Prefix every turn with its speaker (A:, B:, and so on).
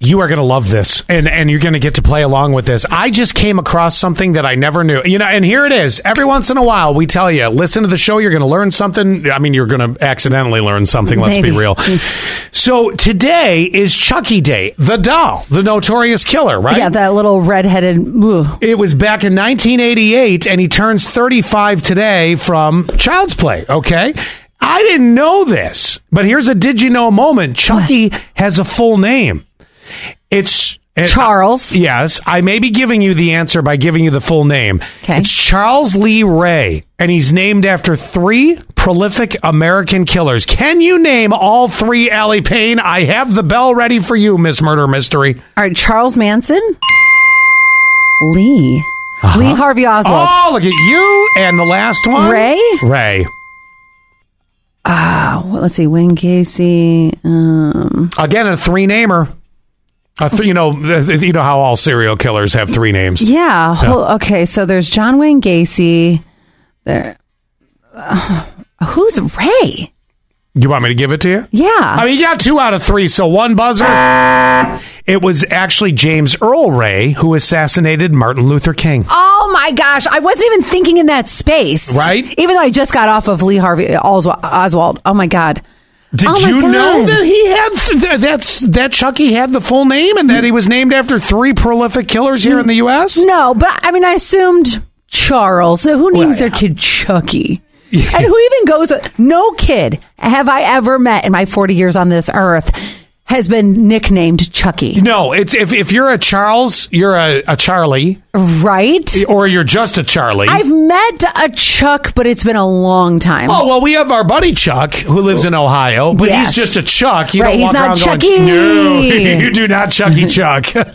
A: you are going to love this, and and you're going to get to play along with this. I just came across something that I never knew. You know, and here it is. Every once in a while, we tell you, listen to the show. You're going to learn something. I mean, you're going to accidentally learn something. Let's be
B: Maybe. Hmm.
A: real. so today is Chucky Day. The doll, the notorious killer, right?
B: yeah, that little redheaded. ugh.
A: It was back in 1988, and he turns 35 today from Child's Play. Okay. I didn't know this, but here's a did you know moment. Chucky has a full name. It's it-
B: Charles.
A: yes, I may be giving you the answer by giving you the full name.
B: Okay.
A: It's Charles Lee Ray, and he's named after three prolific American killers. Can you name all three, Allie Payne? I have the bell ready for you, Miss Murder Mystery.
B: All right, Charles Manson. Lee. Lee Harvey Oswald.
A: Uh-huh. Oh, look at you and the last one.
B: Ray?
A: Ray.
B: Well, let's see. Wayne Casey. Um,
A: Again, a three namer. A th- you know, th- th- you know how all serial killers have three names.
B: yeah. whole- okay. So there's John Wayne Gacy. There. Uh, who's Ray?
A: You want me to give it to you?
B: Yeah.
A: I mean, you got two out of three, so one buzzer. It was actually James Earl Ray who assassinated Martin Luther King.
B: Oh my gosh, I wasn't even thinking in that space.
A: Right?
B: Even though I just got off of Lee Harvey Oswa- Oswald. Oh my god.
A: Did
B: Oh my
A: you know
B: God.
A: that he had th- th- that's that Chucky had the full name and that he was named after three prolific killers here in the U.S.
B: No, but I mean I assumed Charles. So who names their kid Chucky? And who even goes no kid have I ever met in my 40 years on this earth has been nicknamed Chucky.
A: No, it's if if you're a Charles, you're a, a Charlie,
B: Right?
A: or you're just a Charlie.
B: I've met a Chuck, but it's been a long time.
A: Oh well, we have our buddy Chuck who lives in Ohio, but
B: Yes.
A: he's just a Chuck. You
B: Right,
A: don't
B: he's
A: walk
B: not
A: around
B: Chucky.
A: going, "No, you do not Chucky Chuck."